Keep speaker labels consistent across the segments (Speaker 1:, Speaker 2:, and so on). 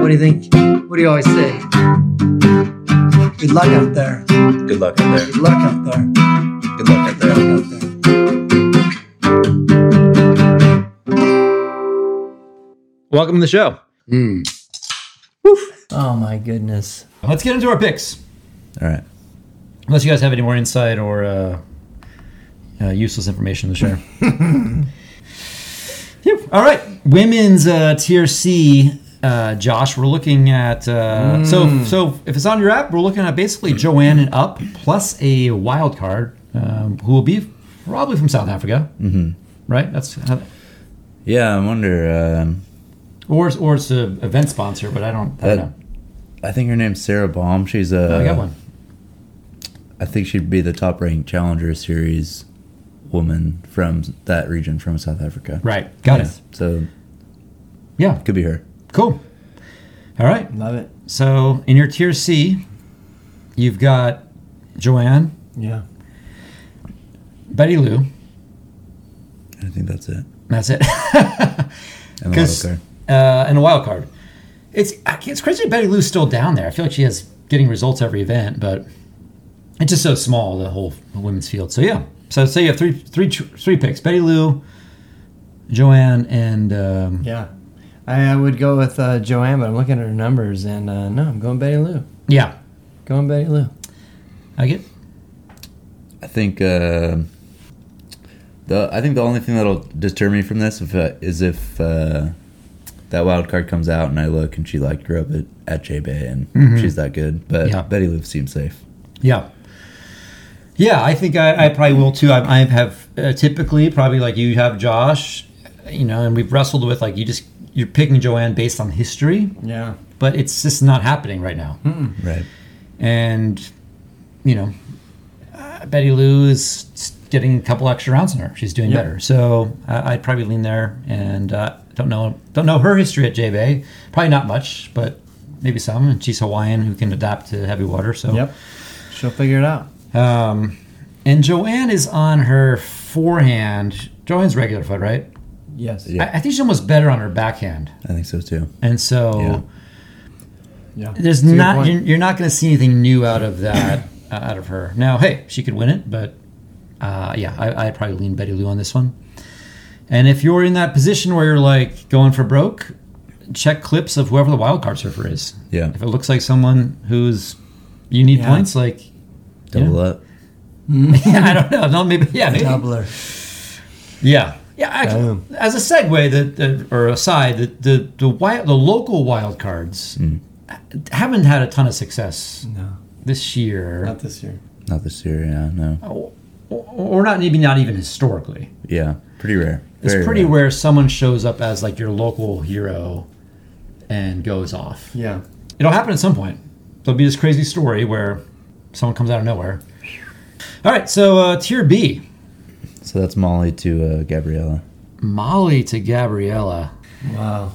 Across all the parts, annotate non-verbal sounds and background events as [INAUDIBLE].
Speaker 1: what do you think? What do you always say?
Speaker 2: Good luck out there.
Speaker 3: Good luck out there.
Speaker 2: Good luck out there.
Speaker 3: Good luck
Speaker 2: Good
Speaker 3: out there.
Speaker 2: luck out there.
Speaker 3: Welcome to the show.
Speaker 1: Oh my goodness.
Speaker 3: Let's get into our picks.
Speaker 4: All right.
Speaker 3: Unless you guys have any more insight or uh, uh, useless information
Speaker 4: [LAUGHS]
Speaker 3: to share. yep. All right. Women's uh, tier C. Uh, Josh, we're looking at uh,
Speaker 4: Mm.
Speaker 3: so so if it's on your app, we're looking at basically Joanne and up plus a wild card um, who will be probably from South Africa, mm-hmm. right? That's how,
Speaker 4: Yeah, I wonder. Um,
Speaker 3: or or it's an event sponsor, but I don't, I
Speaker 4: Uh,
Speaker 3: don't know.
Speaker 4: I think her name's Sarah Baum. She's a.
Speaker 3: I got one.
Speaker 4: I think she'd be the top ranked Challenger Series woman from that region, from South Africa.
Speaker 3: Right, got
Speaker 4: Yeah,
Speaker 3: it.
Speaker 4: So
Speaker 3: Yeah,
Speaker 4: could be her.
Speaker 3: cool. All right,
Speaker 5: Love it.
Speaker 3: So in your tier C, you've got Joanne,
Speaker 5: Yeah.
Speaker 3: Betty Lou.
Speaker 4: I think that's it.
Speaker 3: That's it. [LAUGHS]
Speaker 4: And the
Speaker 3: 'Cause-
Speaker 4: wild card.
Speaker 3: uh, and a wild card. It's I- it's crazy. that Betty Lou's still down there. I feel like she has getting results every event, but it's just so small the whole women's field. So yeah. So say you have three three three picks: Betty Lou, Joanne, and um, yeah.
Speaker 5: Yeah. I, I would go with uh, Joanne, but I'm looking at her numbers, and uh, no, I'm going Betty Lou. Going Betty Lou.
Speaker 3: I get
Speaker 4: I think uh, the I think the only thing that'll deter me from this if, uh, is if uh, that wild card comes out and I look and she like grew up at, at J Bay and she's that good. But
Speaker 3: Mm-hmm. Yeah.
Speaker 4: Betty Lou seems safe.
Speaker 3: Yeah. Yeah, I think I, I probably will too. I, I have uh, typically probably like you have Josh, you know, and we've wrestled with like you just you're picking Joanne based on history,
Speaker 5: Yeah.
Speaker 3: but it's just not happening right now.
Speaker 4: Right.
Speaker 3: And you know, uh, Betty Lou is s- getting a couple extra rounds on her. She's doing
Speaker 5: Yep.
Speaker 3: better, so I, I'd probably lean there. And uh, don't know don't know her history at J Bay. Probably not much, but maybe some. And she's Hawaiian who can adapt to heavy water. So
Speaker 5: Yep. She'll figure it out.
Speaker 3: um, and Joanne is on her forehand. Joanne's regular foot, right?
Speaker 5: Yes.
Speaker 4: Yeah.
Speaker 3: I, I think she's almost better on her backhand.
Speaker 4: I think so too.
Speaker 3: And so
Speaker 4: Yeah.
Speaker 5: Yeah. That's
Speaker 3: there's
Speaker 5: a good
Speaker 3: not
Speaker 5: point.
Speaker 3: you're, you're not going to see anything new out of that [CLEARS THROAT] uh, out of her. Now, hey, she could win it, but uh, yeah, I, I'd probably lean Betty Lou on this one. And if you're in that position where you're like going for broke, check clips of whoever the wild card surfer is.
Speaker 4: Yeah.
Speaker 3: If it looks like someone who's you need
Speaker 5: Yeah.
Speaker 3: points, like [LAUGHS]
Speaker 4: Double up.
Speaker 3: yeah, I don't know, no, maybe yeah, maybe
Speaker 5: Doubler.
Speaker 3: Yeah. Yeah, actually,
Speaker 5: Damn.
Speaker 3: as a segue, the, the or aside, the the the, wild, the local wild cards haven't had a ton of success
Speaker 5: No,
Speaker 3: this year,
Speaker 5: not this year.
Speaker 4: Not this year. Yeah. No.
Speaker 3: or, or not maybe not even historically.
Speaker 4: Yeah. Pretty rare.
Speaker 3: It's
Speaker 4: Very
Speaker 3: pretty rare someone shows up as like your local hero and goes off.
Speaker 5: Yeah.
Speaker 3: It'll happen at some point. There'll be this crazy story where someone comes out of nowhere. All right, so uh, tier B.
Speaker 4: So that's Molly to uh, Gabriella.
Speaker 3: Molly to Gabriella. [LAUGHS]
Speaker 5: Wow.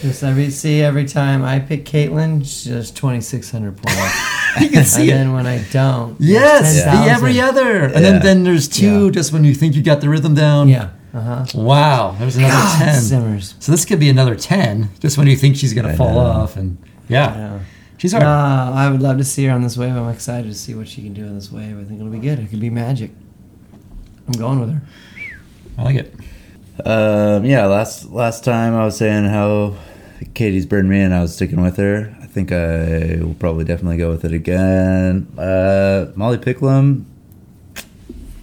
Speaker 5: Just every see every time I pick Caitlyn, she does twenty six hundred [LAUGHS] points,
Speaker 3: You can
Speaker 5: and then when I don't, there's
Speaker 3: Yes, the
Speaker 5: 10,000.
Speaker 3: every other. And then,
Speaker 4: Yeah.
Speaker 3: then there's two
Speaker 5: Yeah.
Speaker 3: just when you think you got the rhythm down.
Speaker 5: Yeah. Uh huh.
Speaker 3: Wow, there's another 10.
Speaker 5: Simmers.
Speaker 3: So this could be another 10 just when you think she's going to
Speaker 4: I
Speaker 3: fall
Speaker 4: know.
Speaker 3: off. And yeah,
Speaker 5: Yeah.
Speaker 3: she's hard.
Speaker 5: No, I would love to see her on this wave. I'm excited to see what she can do on this wave. I think it'll be good. It could be magic. I'm going with her.
Speaker 3: I like it.
Speaker 4: Um, yeah, last last time I was saying how Katie's burned me, and I was sticking with her. I think I will probably definitely go with it again. Uh, Molly Picklum,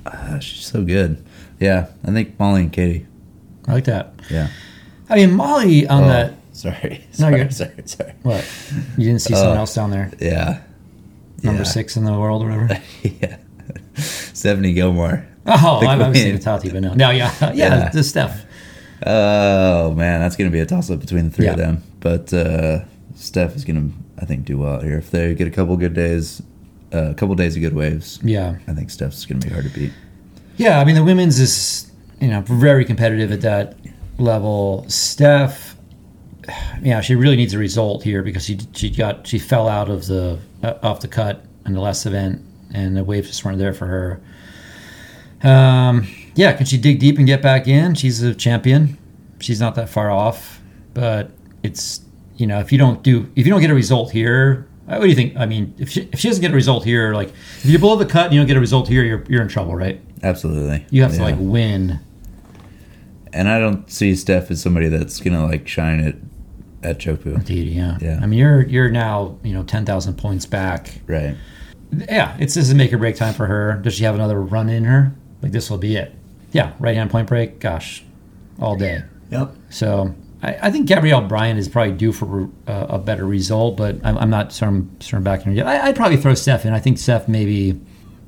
Speaker 4: ah, she's so good. Yeah, I think Molly and Katie.
Speaker 3: I like that.
Speaker 4: Yeah.
Speaker 3: I mean, Molly on
Speaker 4: Oh,
Speaker 3: that.
Speaker 4: sorry. [LAUGHS]
Speaker 3: No,
Speaker 4: Sorry,
Speaker 3: you're-
Speaker 4: sorry, sorry.
Speaker 3: What? You didn't see someone
Speaker 4: Uh,
Speaker 3: else down there,
Speaker 4: Yeah. [LAUGHS]
Speaker 3: number
Speaker 4: yeah.
Speaker 3: six in the world
Speaker 4: [LAUGHS]
Speaker 3: or whatever.
Speaker 4: yeah. Stephanie Gilmore.
Speaker 3: Oh,
Speaker 4: The
Speaker 3: I've obviously
Speaker 4: queen.
Speaker 3: Tati, but no. No, yeah. [LAUGHS] Yeah,
Speaker 4: Yeah.
Speaker 3: the Steph.
Speaker 4: Oh man, that's gonna be a toss up between the three of
Speaker 3: Yeah.
Speaker 4: them. But uh, Steph is gonna, I think, do well here. If they get a couple good days, uh, a couple days of good waves,
Speaker 3: Yeah.
Speaker 4: I think Steph's gonna be hard to beat.
Speaker 3: Yeah, I mean the women's is you know very competitive at that level. Steph, yeah, she really needs a result here because she she got she fell out of the uh, off the cut in the last event, and the waves just weren't there for her. Um, yeah, can she dig deep and get back in? She's a champion. She's not that far off, but it's you know, if you don't do, if you don't get a result here, uh, what do you think? I mean, if she, if she doesn't get a result here, like if you're below the cut and you don't get a result here, you're, you're in trouble, right?
Speaker 4: Absolutely.
Speaker 3: You have to
Speaker 4: Yeah.
Speaker 3: like win.
Speaker 4: And I don't see Steph as somebody that's gonna like shine at at Chopu.
Speaker 3: Indeed, yeah.
Speaker 4: Yeah.
Speaker 3: I mean, you're you're now you know ten thousand points back.
Speaker 4: Right.
Speaker 3: Yeah, it's this is make or break time for her. Does she have another run in her? Like this will be it. Yeah, right hand point break. Gosh, all day.
Speaker 2: Yep.
Speaker 3: So I, I think Gabrielle Bryan is probably due for uh, a better result, but I'm, I'm not certain, certain back in her yet. I, I'd probably throw Steph in. I think Steph maybe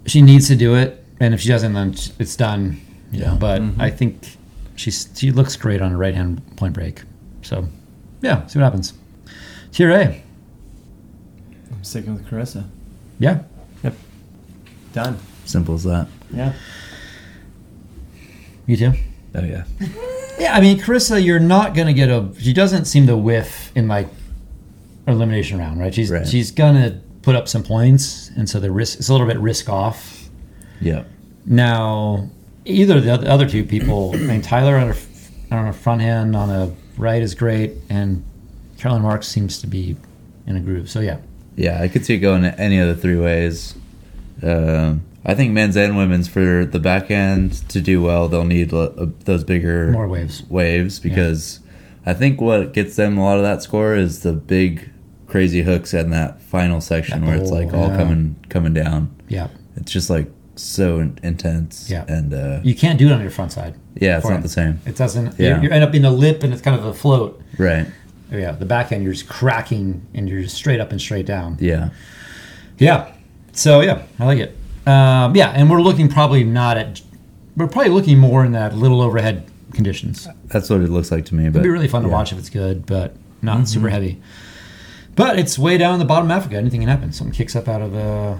Speaker 3: she needs to do it, and if she doesn't, then it's done. You know, but I think she's she looks great on a right hand point break. So yeah, see what happens. Tier A,
Speaker 5: I'm sticking with Carissa.
Speaker 3: yeah.
Speaker 5: Done.
Speaker 4: Simple as that.
Speaker 5: Yeah.
Speaker 3: You too.
Speaker 4: Oh yeah.
Speaker 3: Yeah, I mean, Carissa, you're not gonna get a. She doesn't seem to whiff in like elimination round, right? She's
Speaker 4: Right.
Speaker 3: she's gonna put up some points, and so the risk it's a little bit risk off.
Speaker 4: Yeah.
Speaker 3: Now, either of the oth- other two people, I mean, Tyler on a, f- on a front hand on a right is great, and Carolyn Marks seems to be in a groove. So yeah,
Speaker 4: Yeah, I could see it going any of the three ways. Um, I think men's and women's for the back end to do well, they'll need l- uh, those bigger
Speaker 3: more waves.
Speaker 4: waves because I think what gets them a lot of that score is the big crazy hooks in that final section
Speaker 3: That
Speaker 4: where it's
Speaker 3: bowl,
Speaker 4: like all
Speaker 3: Oh, yeah.
Speaker 4: coming coming down.
Speaker 3: Yeah,
Speaker 4: It's just like so in- intense.
Speaker 3: Yeah.
Speaker 4: and uh,
Speaker 3: you can't do it on your front side.
Speaker 4: yeah, it's
Speaker 3: for
Speaker 4: not
Speaker 3: it.
Speaker 4: the same.
Speaker 3: It doesn't.
Speaker 4: Yeah.
Speaker 3: You, you end up in the lip, and it's kind of a float. Oh,
Speaker 4: Right.
Speaker 3: Yeah, the back end you're just cracking, and you're just straight up and straight down.
Speaker 4: Yeah.
Speaker 3: Yeah. So yeah, I like it. Um, yeah, and we're looking probably not at. We're probably looking more in that little overhead conditions.
Speaker 4: That's what it looks like to me. But
Speaker 3: It'd be really fun to
Speaker 4: yeah.
Speaker 3: watch if it's good, but not super heavy. But it's way down in the bottom of Africa. Anything can happen. Something kicks up out of the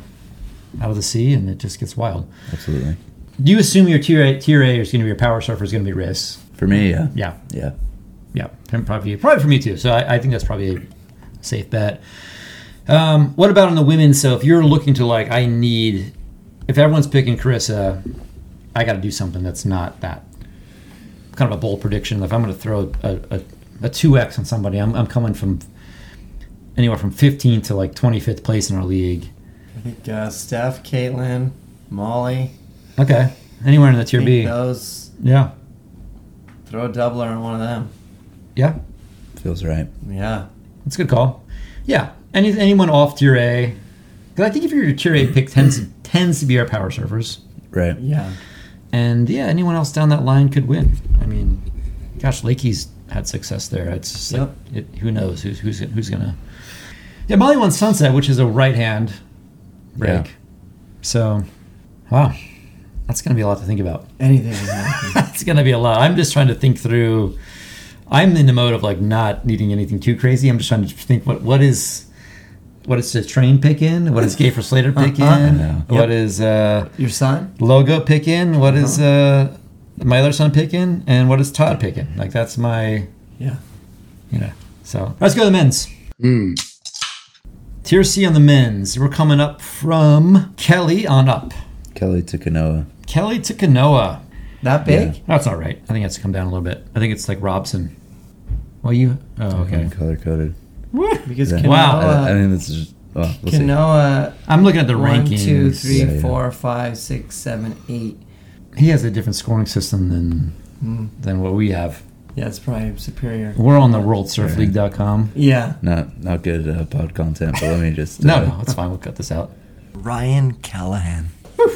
Speaker 3: out of the sea, and it just gets wild.
Speaker 4: Absolutely.
Speaker 3: Do you assume your tier A, tier A is going to be your power surfer is going to be Riz?
Speaker 4: For me, yeah.
Speaker 3: Yeah,
Speaker 4: Yeah.
Speaker 3: yeah, probably probably for me too. So I, I think that's probably a safe bet. Um, what about on the women? So if you're looking to like, I need if everyone's picking Carissa, I got to do something that's not that kind of a bold prediction. If I'm going to throw a a two x on somebody, I'm, I'm coming from anywhere from 15th to like 25th place in our league.
Speaker 5: I think uh, Steph, Caitlin, Molly.
Speaker 3: Okay, anywhere in the tier
Speaker 5: think
Speaker 3: B.
Speaker 5: Those.
Speaker 3: Yeah,
Speaker 5: Throw a doubler on one of them.
Speaker 3: yeah,
Speaker 4: Feels right.
Speaker 5: Yeah.
Speaker 3: That's a good call. Yeah, any anyone off tier A, because I think if your tier A pick tends tends to be our power servers,
Speaker 4: Right.
Speaker 5: Yeah.
Speaker 3: and yeah, anyone else down that line could win. I mean, gosh, Lakey's had success there. It's just like, it, who knows who's who's who's gonna. Yeah, Molly won Sunset, which is a right hand break.
Speaker 4: Yeah.
Speaker 3: So, wow, that's gonna be a lot to think about.
Speaker 5: Anything can happen.
Speaker 3: [LAUGHS] That's gonna be a lot. I'm just trying to think through. I'm in the mode of like not needing anything too crazy. I'm just trying to think what what is what is the train pick in? What is Gay for Slater pick in?
Speaker 4: Uh-huh.
Speaker 3: What is uh,
Speaker 5: [LAUGHS] Your son?
Speaker 3: logo pick in? What is uh, my other son pick in? And what is Todd pick in? Like that's my
Speaker 5: Yeah.
Speaker 3: you know. So let's go to the men's. Tier C on the men's. We're coming up from Kelly on up.
Speaker 4: Kelly to Kanoa.
Speaker 3: Kelly to Kanoa.
Speaker 5: That big?
Speaker 3: That's all right. I think it's come down a little bit. I think it's like Robson. Well, you. Oh, okay.
Speaker 4: Color coded.
Speaker 5: Because
Speaker 4: Yeah.
Speaker 5: Kanoa.
Speaker 3: Wow.
Speaker 4: I, I mean, this is. Just, well, we'll see.
Speaker 5: Kanoa.
Speaker 3: I'm looking at the
Speaker 5: One,
Speaker 3: rankings.
Speaker 5: two,
Speaker 4: Yeah,
Speaker 5: three,
Speaker 4: yeah.
Speaker 5: four, five, six, seven, eight.
Speaker 3: He has a different scoring system than
Speaker 5: Hmm.
Speaker 3: than what we have.
Speaker 5: Yeah, it's probably superior.
Speaker 3: We're on the WorldSurfLeague.com.
Speaker 5: Yeah.
Speaker 4: Not not good uh, pod content, but let me just.
Speaker 3: [LAUGHS] No,
Speaker 4: uh,
Speaker 3: no, it's fine. We'll cut this out.
Speaker 2: Ryan Callahan.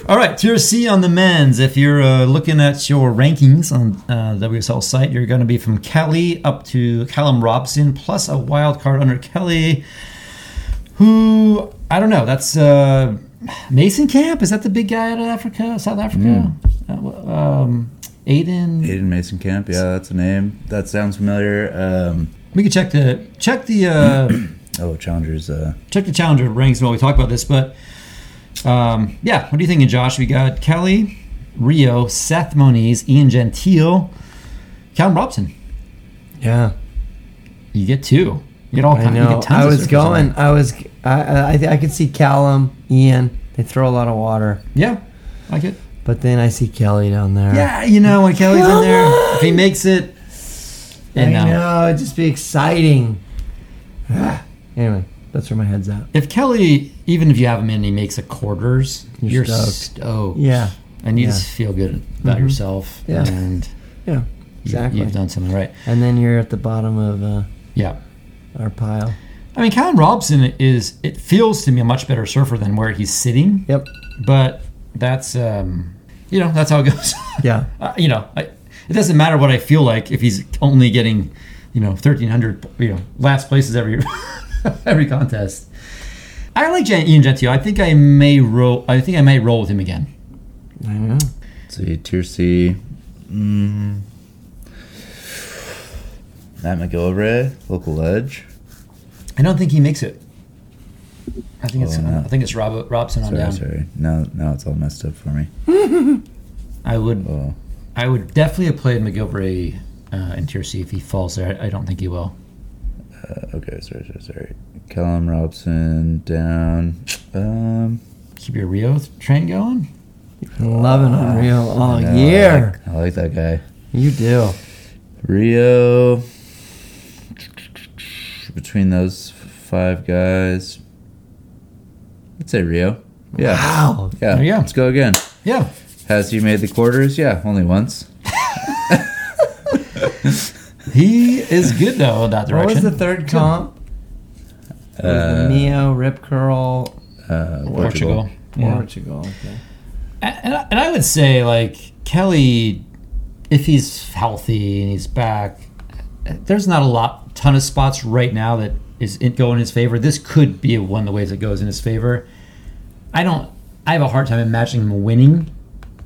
Speaker 3: All right, tier C on the men's. If you're uh, looking at your rankings on uh, WSL site, you're going to be from Kelly up to Callum Robson plus a wild card under Kelly, who I don't know. That's uh, Mason Camp. Is that the big guy out of Africa, South Africa? Uh, um, Aiden.
Speaker 4: Aiden Mason Camp, yeah, that's a name. That sounds familiar. Um,
Speaker 3: We could check the check the uh,
Speaker 4: oh, Challenger's. Uh,
Speaker 3: check the challenger rankings while we talk about this. But um, yeah, what are you thinking, Josh? We got Kelly, Rio, Seth Moniz, Ian Gentile, Calvin Robson.
Speaker 5: Yeah.
Speaker 3: You get two. You get all
Speaker 5: I
Speaker 3: kinds. You
Speaker 5: know.
Speaker 3: get tons
Speaker 5: I
Speaker 3: of
Speaker 5: was
Speaker 3: surfers
Speaker 5: going.
Speaker 3: on it.
Speaker 5: I was. I, I. I- I could see Callum, Ian. They throw a lot of water,
Speaker 3: Yeah, like it.
Speaker 5: but then I see Kelly down there.
Speaker 3: Yeah, you know when Kelly's in there, if he makes it,
Speaker 5: I
Speaker 3: and uh,
Speaker 5: know. It'd just be exciting. Ah, Anyway, that's where my head's at.
Speaker 3: If Kelly, even if you have him in, and he makes a quarters. You're,
Speaker 5: You're
Speaker 3: stoked.
Speaker 5: stoked. Yeah.
Speaker 3: and you
Speaker 5: Yeah. Mm-hmm.
Speaker 3: just feel good about yourself.
Speaker 5: Yeah.
Speaker 3: and
Speaker 5: Yeah.
Speaker 3: exactly.
Speaker 5: Exactly.
Speaker 3: you, have done something right.
Speaker 5: And then you're at the bottom of uh,
Speaker 3: Yeah.
Speaker 5: our pile.
Speaker 3: I mean, Callan Robinson is. It feels to me a much better surfer than where he's sitting.
Speaker 5: Yep.
Speaker 3: But that's, um, you know, that's how it goes. [LAUGHS]
Speaker 5: Yeah.
Speaker 3: uh, you know, I, it doesn't matter what I feel like if he's only getting, you know, thirteen hundred, you know, last places every [LAUGHS] every contest. I like Jan- Ian Gentile. I think I may roll. I think I may roll with him again.
Speaker 5: I know.
Speaker 4: Let's see, tier C. Mm. Matt McGillivray, local edge.
Speaker 3: I don't think he makes it. I think it's
Speaker 4: Oh, no.
Speaker 3: I think it's Rob, Robson on
Speaker 4: Sorry,
Speaker 3: down.
Speaker 4: sorry. Now, now it's all messed up for me.
Speaker 3: I would
Speaker 4: Oh,
Speaker 3: I would definitely have played McGilvery uh, in tier C if he falls there. I, I don't think he will.
Speaker 4: uh, okay. Sorry, sorry, sorry. Callum Robson down. Um,
Speaker 3: Keep your Rio train going.
Speaker 5: Been loving Unreal all
Speaker 4: I know, I
Speaker 5: year.
Speaker 4: like- I like that guy.
Speaker 5: You do.
Speaker 4: Rio. Between those five guys, I'd say Rio. Yeah.
Speaker 5: Wow.
Speaker 4: Yeah.
Speaker 3: There you go.
Speaker 4: Let's go again.
Speaker 3: Yeah.
Speaker 4: Has he made the quarters? Yeah, only once.
Speaker 3: He is good though in that
Speaker 5: What
Speaker 3: direction. Uh,
Speaker 5: was the third comp? It was the Neo Rip Curl
Speaker 4: Uh,
Speaker 3: Portugal. Yeah.
Speaker 5: Portugal. Okay.
Speaker 3: And, and I- and I would say like Kelly, if he's healthy and he's back, there's not a lot ton of spots right now that is in, go in his favor. This could be one of the ways it goes in his favor. I don't. I have a hard time imagining him winning,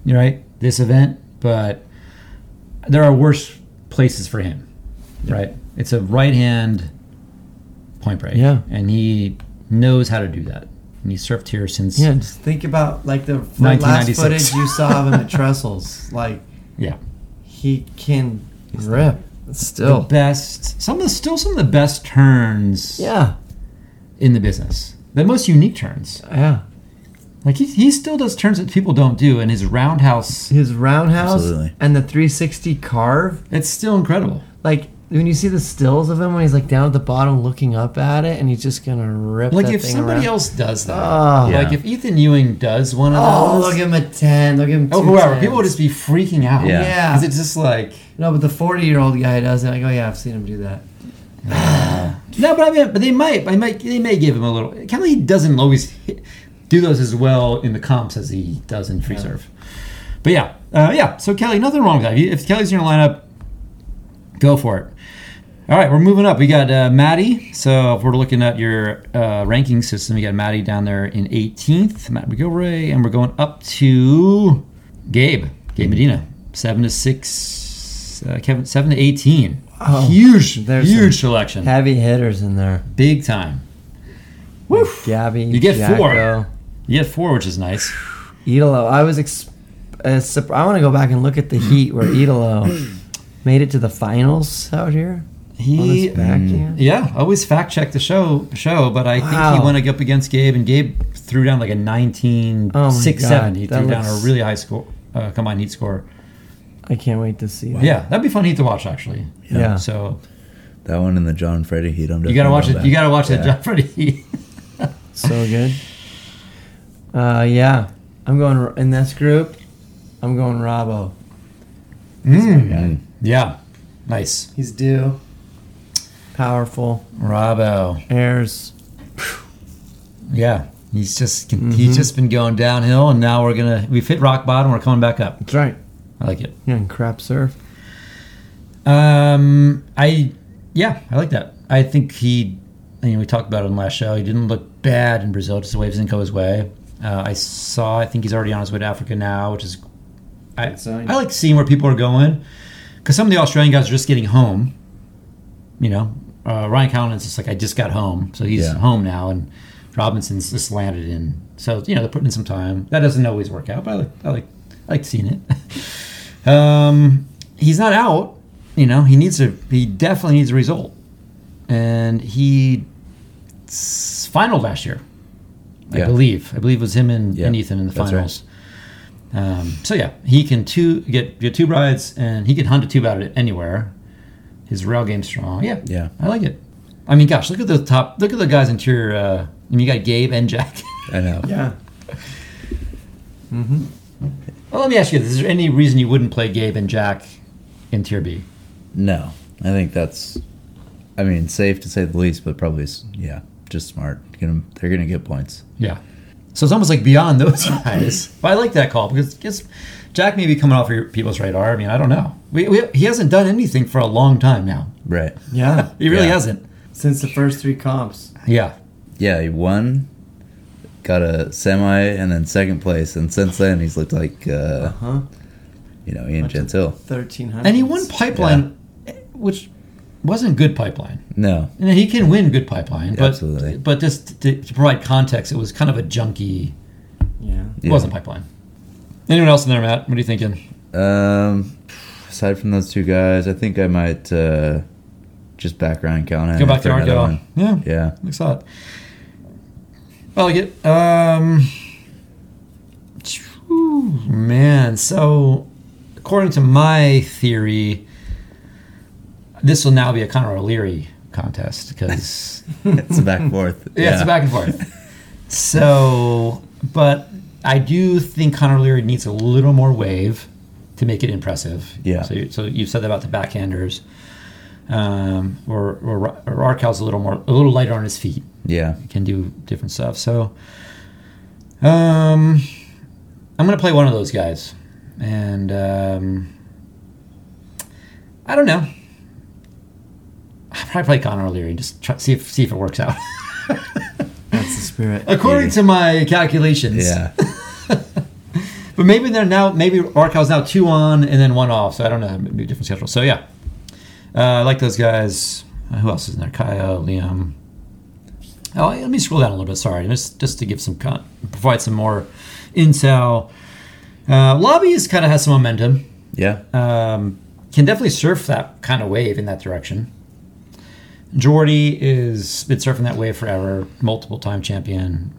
Speaker 3: you know, right? This event, but there are worse places for him, right? It's a right hand point break,
Speaker 5: Yeah.
Speaker 3: and he knows how to do that. And he surfed here since,
Speaker 5: Yeah, just think about like the f- last
Speaker 3: 1996.
Speaker 5: footage you saw
Speaker 3: [LAUGHS]
Speaker 5: of him at Trestles. Like
Speaker 3: yeah.
Speaker 5: he can rip
Speaker 3: the
Speaker 5: still.
Speaker 3: best some of the still some of the best turns
Speaker 5: Yeah,
Speaker 3: in the business the most unique turns
Speaker 5: yeah.
Speaker 3: like he, he still does turns that people don't do and his roundhouse
Speaker 5: His roundhouse
Speaker 4: Absolutely.
Speaker 5: and the 360 carve.
Speaker 3: it's still incredible
Speaker 5: Like when you see the stills of him when he's like down at the bottom looking up at it, and he's just gonna rip.
Speaker 3: like
Speaker 5: that
Speaker 3: if
Speaker 5: thing
Speaker 3: somebody
Speaker 5: around.
Speaker 3: else does that
Speaker 5: Oh.
Speaker 3: like if ethan ewing does one of
Speaker 5: Oh,
Speaker 3: those
Speaker 5: look at him at ten. Look at him.
Speaker 3: oh
Speaker 5: two
Speaker 3: whoever
Speaker 5: 10s.
Speaker 3: people would just be freaking out
Speaker 4: Yeah.
Speaker 5: Yeah.
Speaker 3: because it's just like
Speaker 5: No, but the 40 year old guy does it. Like, oh yeah, I've seen him do that.
Speaker 3: no but i mean but they might i might they may give him a little kelly doesn't always hit, do those as well in the comps as he does in free serve But yeah, uh, yeah. So Kelly, nothing wrong with that. If you- If Kelly's in your lineup, go for it. All right, we're moving up. We got uh, Maddie. So if we're looking at your uh, ranking system, we got Maddie down there in 18th, Matt McGilray, and we're going up to Gabe, Gabe Medina, seven to six, uh, Kevin, seven to 18.
Speaker 5: Wow.
Speaker 3: huge,
Speaker 5: Oh, There's
Speaker 3: huge selection,
Speaker 5: Heavy hitters in there.
Speaker 3: big time.
Speaker 5: Gabby.
Speaker 3: You get
Speaker 5: Jacko,
Speaker 3: four. You get four, which is nice.
Speaker 5: Idolo. I was. Ex- uh, sup- I want to go back and look at the heat where
Speaker 3: [CLEARS THROAT]
Speaker 5: Idolo made it to the finals out here. On his
Speaker 3: He mm,
Speaker 5: backhand.
Speaker 3: Yeah, always fact check the show show, but I think
Speaker 5: Wow.
Speaker 3: he went up against Gabe, and Gabe threw down like a 19
Speaker 5: Oh my
Speaker 3: 6 7. He
Speaker 5: God, that
Speaker 3: threw down a
Speaker 5: looks-
Speaker 3: really high score, uh, combined heat score.
Speaker 5: I can't wait to see that.
Speaker 3: mm. Yeah, that'd be fun heat to watch actually.
Speaker 5: Yeah.
Speaker 3: So
Speaker 4: That one in the John Freddy heat. I'm
Speaker 3: you gotta
Speaker 4: definitely
Speaker 3: watch
Speaker 4: going
Speaker 3: it.
Speaker 4: back.
Speaker 3: You gotta watch that
Speaker 4: Yeah.
Speaker 3: [LAUGHS] John Freddy heat.
Speaker 5: So good. Uh, yeah. I'm going in this group. I'm going Robbo.
Speaker 4: Mm.
Speaker 3: Yeah, nice.
Speaker 5: He's due. Powerful.
Speaker 3: Robbo.
Speaker 5: Airs.
Speaker 3: Yeah, he's just
Speaker 5: Mm-hmm.
Speaker 3: he's just been going downhill, and now we're gonna we've hit rock bottom. We're coming back up.
Speaker 5: That's right.
Speaker 3: I like it.
Speaker 5: Yeah, and crap surf.
Speaker 3: Um, I yeah, I like that. I think he. You know, we talked about it in the last show. He didn't look bad in Brazil; just the waves didn't go his way. Uh, I saw. I think he's already on his way to Africa now, which is. I,
Speaker 5: Good sign.
Speaker 3: I like seeing where people are going because some of the Australian guys are just getting home. You know, uh, Ryan Callanan's just like I just got home, so he's
Speaker 4: Yeah.
Speaker 3: home now, and Robinson's just landed in. So you know they're putting in some time. That doesn't always work out, but I like I like I like seeing it. [LAUGHS] um, he's not out. You know, he needs a he definitely needs a result, and he s- final last year. I
Speaker 4: Yeah.
Speaker 3: believe. I believe it was him and,
Speaker 4: Yeah,
Speaker 3: and Ethan in the
Speaker 4: that's right.
Speaker 3: finals. Um, so yeah, he can two get get two rides, and he can hunt a tube out of it anywhere. His rail game's strong. Yeah,
Speaker 4: Yeah.
Speaker 3: I like it. I mean, gosh, look at the top. Look at the guys interior. Uh, I mean, you got Gabe and Jack. [LAUGHS]
Speaker 4: I know.
Speaker 5: Yeah.
Speaker 3: well, let me ask you: this. Is there any reason you wouldn't play Gabe and Jack in Tier B?
Speaker 4: No, I think that's, I mean, safe to say the least, but probably s- yeah, just smart. Gonna, they're gonna get points.
Speaker 3: Yeah. So it's almost like beyond [LAUGHS] those guys. but I like that call because it's, Jack may be coming off your people's radar. I mean, I don't know. We, we, he hasn't done anything for a long time now.
Speaker 4: Right.
Speaker 5: Yeah.
Speaker 3: He really
Speaker 4: Yeah.
Speaker 3: hasn't.
Speaker 5: Since the first three comps.
Speaker 3: Yeah.
Speaker 4: Yeah, he won, got a semi, and then second place, and since then he's looked like, uh,
Speaker 5: Huh?
Speaker 4: you know, Ian Gentile.
Speaker 5: 1300.
Speaker 3: And he won pipeline, which wasn't good pipeline.
Speaker 4: No.
Speaker 3: And he can win good pipeline, but
Speaker 4: Absolutely.
Speaker 3: but just to, to provide context, it was kind of a junky.
Speaker 5: Yeah.
Speaker 3: It
Speaker 4: Yeah.
Speaker 3: wasn't pipeline. Anyone else in there, Matt? What are you thinking?
Speaker 4: Um, aside from those two guys, I think I might uh, just back Ryan Callahan.
Speaker 3: Go
Speaker 4: in
Speaker 3: back
Speaker 4: for
Speaker 3: to Aaron
Speaker 4: another
Speaker 3: Gall.
Speaker 4: one.
Speaker 3: Yeah, [LAUGHS]
Speaker 4: Yeah.
Speaker 3: looks hot. I like it. Um, phew, man, so according to my theory, this will now be a Conor O'Leary contest because
Speaker 4: it's a back and forth.
Speaker 3: [LAUGHS] yeah, it's back and forth. So, but I do think Conor O'Leary needs a little more wave to make it impressive.
Speaker 4: Yeah.
Speaker 3: So, you, so you said that about the backhanders, um, or or, or Arkell's a little more a little lighter on his feet
Speaker 4: Yeah.
Speaker 3: can do different stuff. So, um, I'm gonna play one of those guys, and um, I don't know. I probably play Connor O'Leary and just try, see if see if it works out. [LAUGHS]
Speaker 5: That's the spirit.
Speaker 3: According to my calculations,
Speaker 4: Yeah.
Speaker 3: But maybe they're now maybe Arkell's now two on and then one off. So I don't know. Maybe a different schedule. So yeah, uh, I like those guys. Uh, who else is in there? Kaya, Liam. Oh, let me scroll down a little bit. Sorry, just just to give some con- provide some more intel. Uh, Lobby is kind of has some momentum.
Speaker 4: Yeah.
Speaker 3: Um, can definitely surf that kind of wave in that direction. Jordy is been surfing that wave forever, multiple time champion.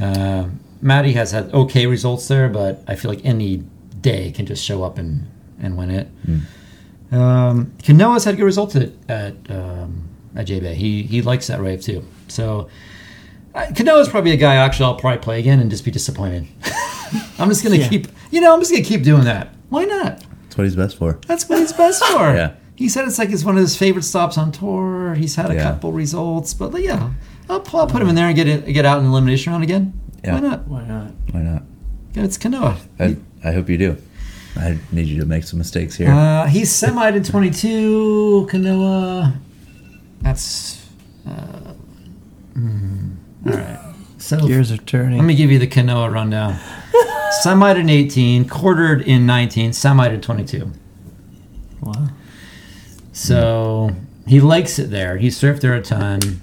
Speaker 3: Uh, Maddie has had okay results there, but I feel like any day can just show up and, and win it. Um, Kanoa's had good results at at, um, at J-Bay. He he likes that wave too. So I- Kanoa's probably a guy actually I'll probably play again and just be disappointed. [LAUGHS] I'm just gonna
Speaker 5: Yeah.
Speaker 3: keep you know I'm just gonna keep doing that. Why not?
Speaker 4: That's what he's best for.
Speaker 3: That's what he's best
Speaker 4: [LAUGHS]
Speaker 3: for.
Speaker 4: Yeah.
Speaker 3: He said it's like it's one of his favorite stops on tour. He's had a
Speaker 4: Yeah.
Speaker 3: couple results, but like, yeah, I'll, I'll put him in there and get it, get out in the elimination round again.
Speaker 4: Yeah.
Speaker 3: Why not?
Speaker 5: Why not?
Speaker 4: Why not?
Speaker 3: It's Kanoa.
Speaker 4: I, I hope you do. I need you to make some mistakes here.
Speaker 3: Uh, he's semied in 22. Kanoa. That's. Uh, mm, all right. So
Speaker 5: Gears are turning.
Speaker 3: let me give you the Kanoa rundown. semied in 18, quartered in 19, semied in 22.
Speaker 5: wow.
Speaker 3: So he likes it there. He surfed there a ton.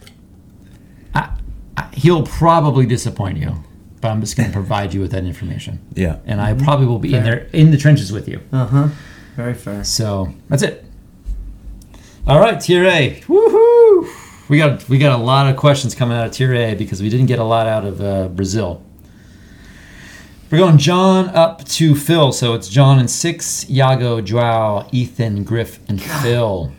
Speaker 3: I, I, he'll probably disappoint you, but
Speaker 5: [LAUGHS]
Speaker 3: I'm just going to provide you with that information.
Speaker 4: yeah.
Speaker 3: And
Speaker 5: Mm-hmm.
Speaker 3: I probably will be in there in the trenches with you.
Speaker 5: Uh huh. Very fair.
Speaker 3: So that's it. All right, tier A. Woohoo! We got we got a lot of questions coming out of tier A because we didn't get a lot out of uh, Brazil. We're going John up to Phil, so it's John and six, Yago, Joao, Ethan, Griff, and Phil.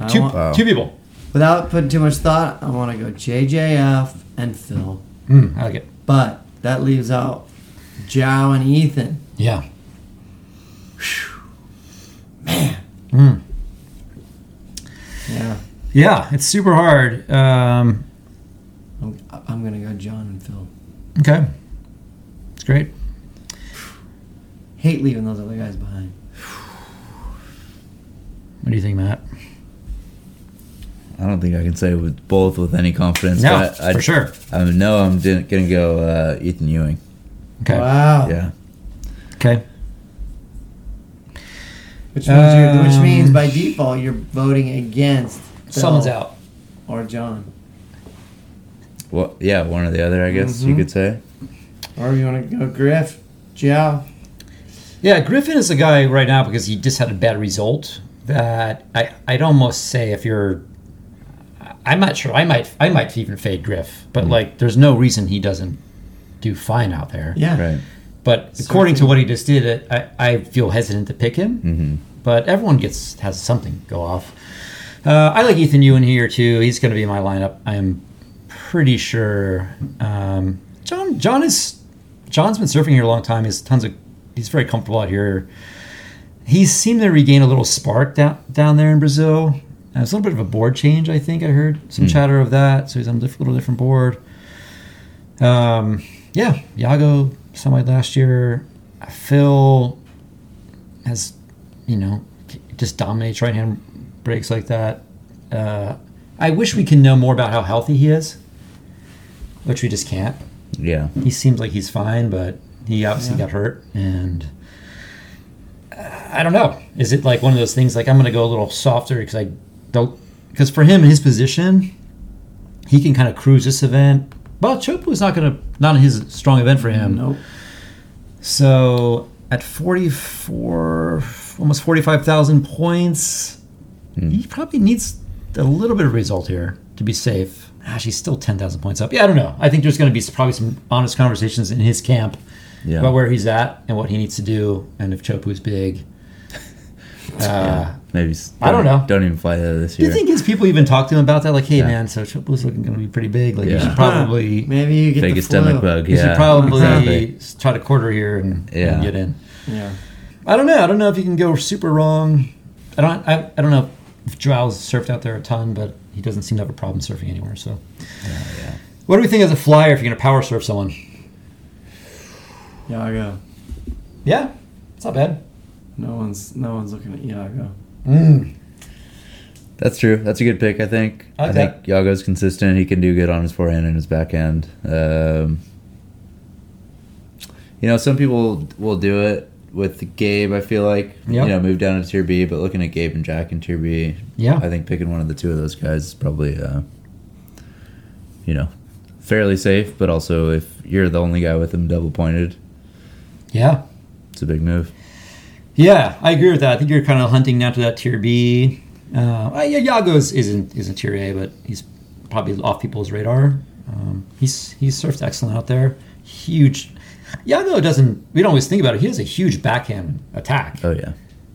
Speaker 5: I
Speaker 3: Two,
Speaker 5: want-
Speaker 4: Wow.
Speaker 3: two people.
Speaker 5: without putting too much thought, I want to go JJF and Phil.
Speaker 3: Mm, I like it.
Speaker 5: But that leaves out Jow and Ethan.
Speaker 3: Yeah.
Speaker 5: Yeah.
Speaker 3: Yeah, it's super hard. Um,
Speaker 5: I'm, I'm going to go John and Phil.
Speaker 3: okay. It's great.
Speaker 5: Hate leaving those other guys behind.
Speaker 3: What do you think, Matt?
Speaker 4: I don't think I can say with both with any confidence.
Speaker 3: No,
Speaker 4: but I,
Speaker 3: for sure.
Speaker 4: I know Um, I'm di- gonna go uh, Ethan Ewing.
Speaker 3: Okay.
Speaker 5: Wow.
Speaker 4: Yeah.
Speaker 3: Okay.
Speaker 5: Which means you're, which
Speaker 3: Um,
Speaker 5: means by default you're voting against Phil
Speaker 3: Someone's out.
Speaker 5: or John
Speaker 4: Well, yeah, one or the other, I guess you
Speaker 3: Mm-hmm.
Speaker 5: Mhm.
Speaker 4: could say.
Speaker 5: or if you want to go Griff, Jow.
Speaker 3: Yeah, Griffin is a guy right now because he just had a bad result that I, I'd almost say if you're I- I'm not sure I might I might even fade Griff, but like there's no reason he doesn't do fine out there.
Speaker 5: Yeah.
Speaker 4: Right.
Speaker 3: But according to what he just did,
Speaker 5: Mm-hmm.
Speaker 4: Mm-hmm.
Speaker 3: it, I, I feel hesitant to pick him. But everyone gets has something go off. Uh, I like Ethan Ewan here too. He's going to be in my lineup. I'm pretty sure. Um, John John is John's been surfing here a long time. He's tons of he's very comfortable out here. He seemed to regain a little spark down down there in Brazil. Uh, it's a little bit of a board change, I think. I heard some chatter of that, so he's on a diff- little different board. Um, yeah, Yago semi last year. Phil has, you know, just dominates right hand breaks like that. Uh, I wish we can know more about how healthy he is, which we just can't.
Speaker 4: Yeah.
Speaker 3: He seems like he's fine, but he obviously got hurt, and uh, I don't know. Is it like one of those things? Like I'm going to go a little softer because I don't. Because for him, his position, he can kind of cruise this event. Well, Chopu was not going to not his strong event for him.
Speaker 5: Nope.
Speaker 3: So at 44, almost 45,000 points,
Speaker 4: Hmm.
Speaker 3: he probably needs a little bit of result here to be safe. Ah, she's still 10,000 points up. Yeah, I don't know. I think there's going to be s- probably some honest conversations in his camp
Speaker 4: Yeah.
Speaker 3: about where he's at and what he needs to do and if
Speaker 4: [LAUGHS]
Speaker 3: Chopu's big.
Speaker 4: Maybe. s-
Speaker 3: I don't know.
Speaker 4: Don't even fly there this
Speaker 3: Do
Speaker 4: year.
Speaker 3: you think his people even talk to him about that? Like, hey, man, so Chopu's looking going to be pretty big. Like, you
Speaker 4: Yeah.
Speaker 3: should probably,
Speaker 5: Maybe you get
Speaker 4: Fake
Speaker 5: the
Speaker 4: a stomach
Speaker 5: flu.
Speaker 4: bug.
Speaker 3: you
Speaker 4: yeah.
Speaker 3: should probably
Speaker 4: exactly.
Speaker 3: s- try to quarter here and-
Speaker 4: Yeah.
Speaker 3: and get in.
Speaker 5: Yeah.
Speaker 3: I don't know. I don't know if you can go super wrong. I don't. I, I don't know if Joao's surfed out there a ton, but he doesn't seem to have a problem surfing anywhere. So, what do we think as a flyer if you're going to power surf someone?
Speaker 5: Yago.
Speaker 3: Yeah, it's not bad.
Speaker 5: No one's no one's looking at Yago.
Speaker 3: Mm.
Speaker 4: That's true. That's a good pick, I think.
Speaker 3: I
Speaker 4: I,
Speaker 3: like
Speaker 4: think Yago's consistent. He can do good on his forehand and his backhand. Um, you know, some people will do it with Gabe, I feel like.
Speaker 3: Yep.
Speaker 4: You know, move down to Tier B, but looking at Gabe and Jack in Tier B,
Speaker 3: Yeah.
Speaker 4: I think picking one of the two of those guys is probably, uh, you know, fairly safe, but also if you're the only guy with them double pointed,
Speaker 3: Yeah,
Speaker 4: it's a big move.
Speaker 3: yeah, I agree with that. I think you're kind of hunting now to that tier B. Uh, uh, yeah, Yago's isn't isn't tier A, but he's probably off people's radar. Um, he's he's surfed excellent out there. Huge. Yago doesn't. We don't always think about it. He has a huge backhand attack.
Speaker 4: Oh, yeah.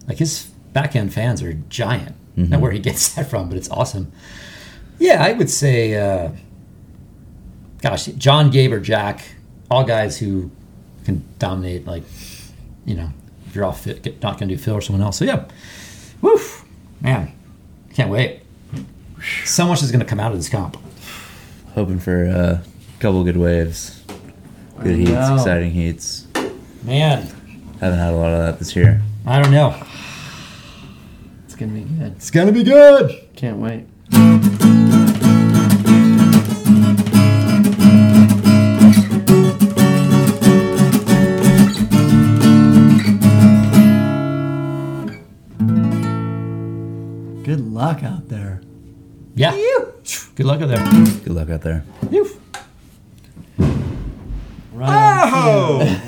Speaker 3: Like his backhand fans are giant. Not where he gets [LAUGHS] that from, but it's awesome. Yeah, I would say, uh, gosh, John Gabe or Jack, all guys who can dominate. Like, you know, if you're all fit, get, not going to do Phil or someone else. So yeah, woof, man, can't wait. So much is going to come out of this comp.
Speaker 4: Hoping for uh, a couple good waves, good heats,
Speaker 5: know.
Speaker 4: exciting heats.
Speaker 3: Man,
Speaker 4: Haven't had a lot of that this year.
Speaker 3: I don't know.
Speaker 5: It's gonna be good.
Speaker 3: It's going to be good.
Speaker 5: Can't wait. Good luck out there.
Speaker 3: Yeah. Good luck out there.
Speaker 4: Good luck out there.
Speaker 3: Phew.
Speaker 5: Right.
Speaker 4: Ah!
Speaker 3: Oh.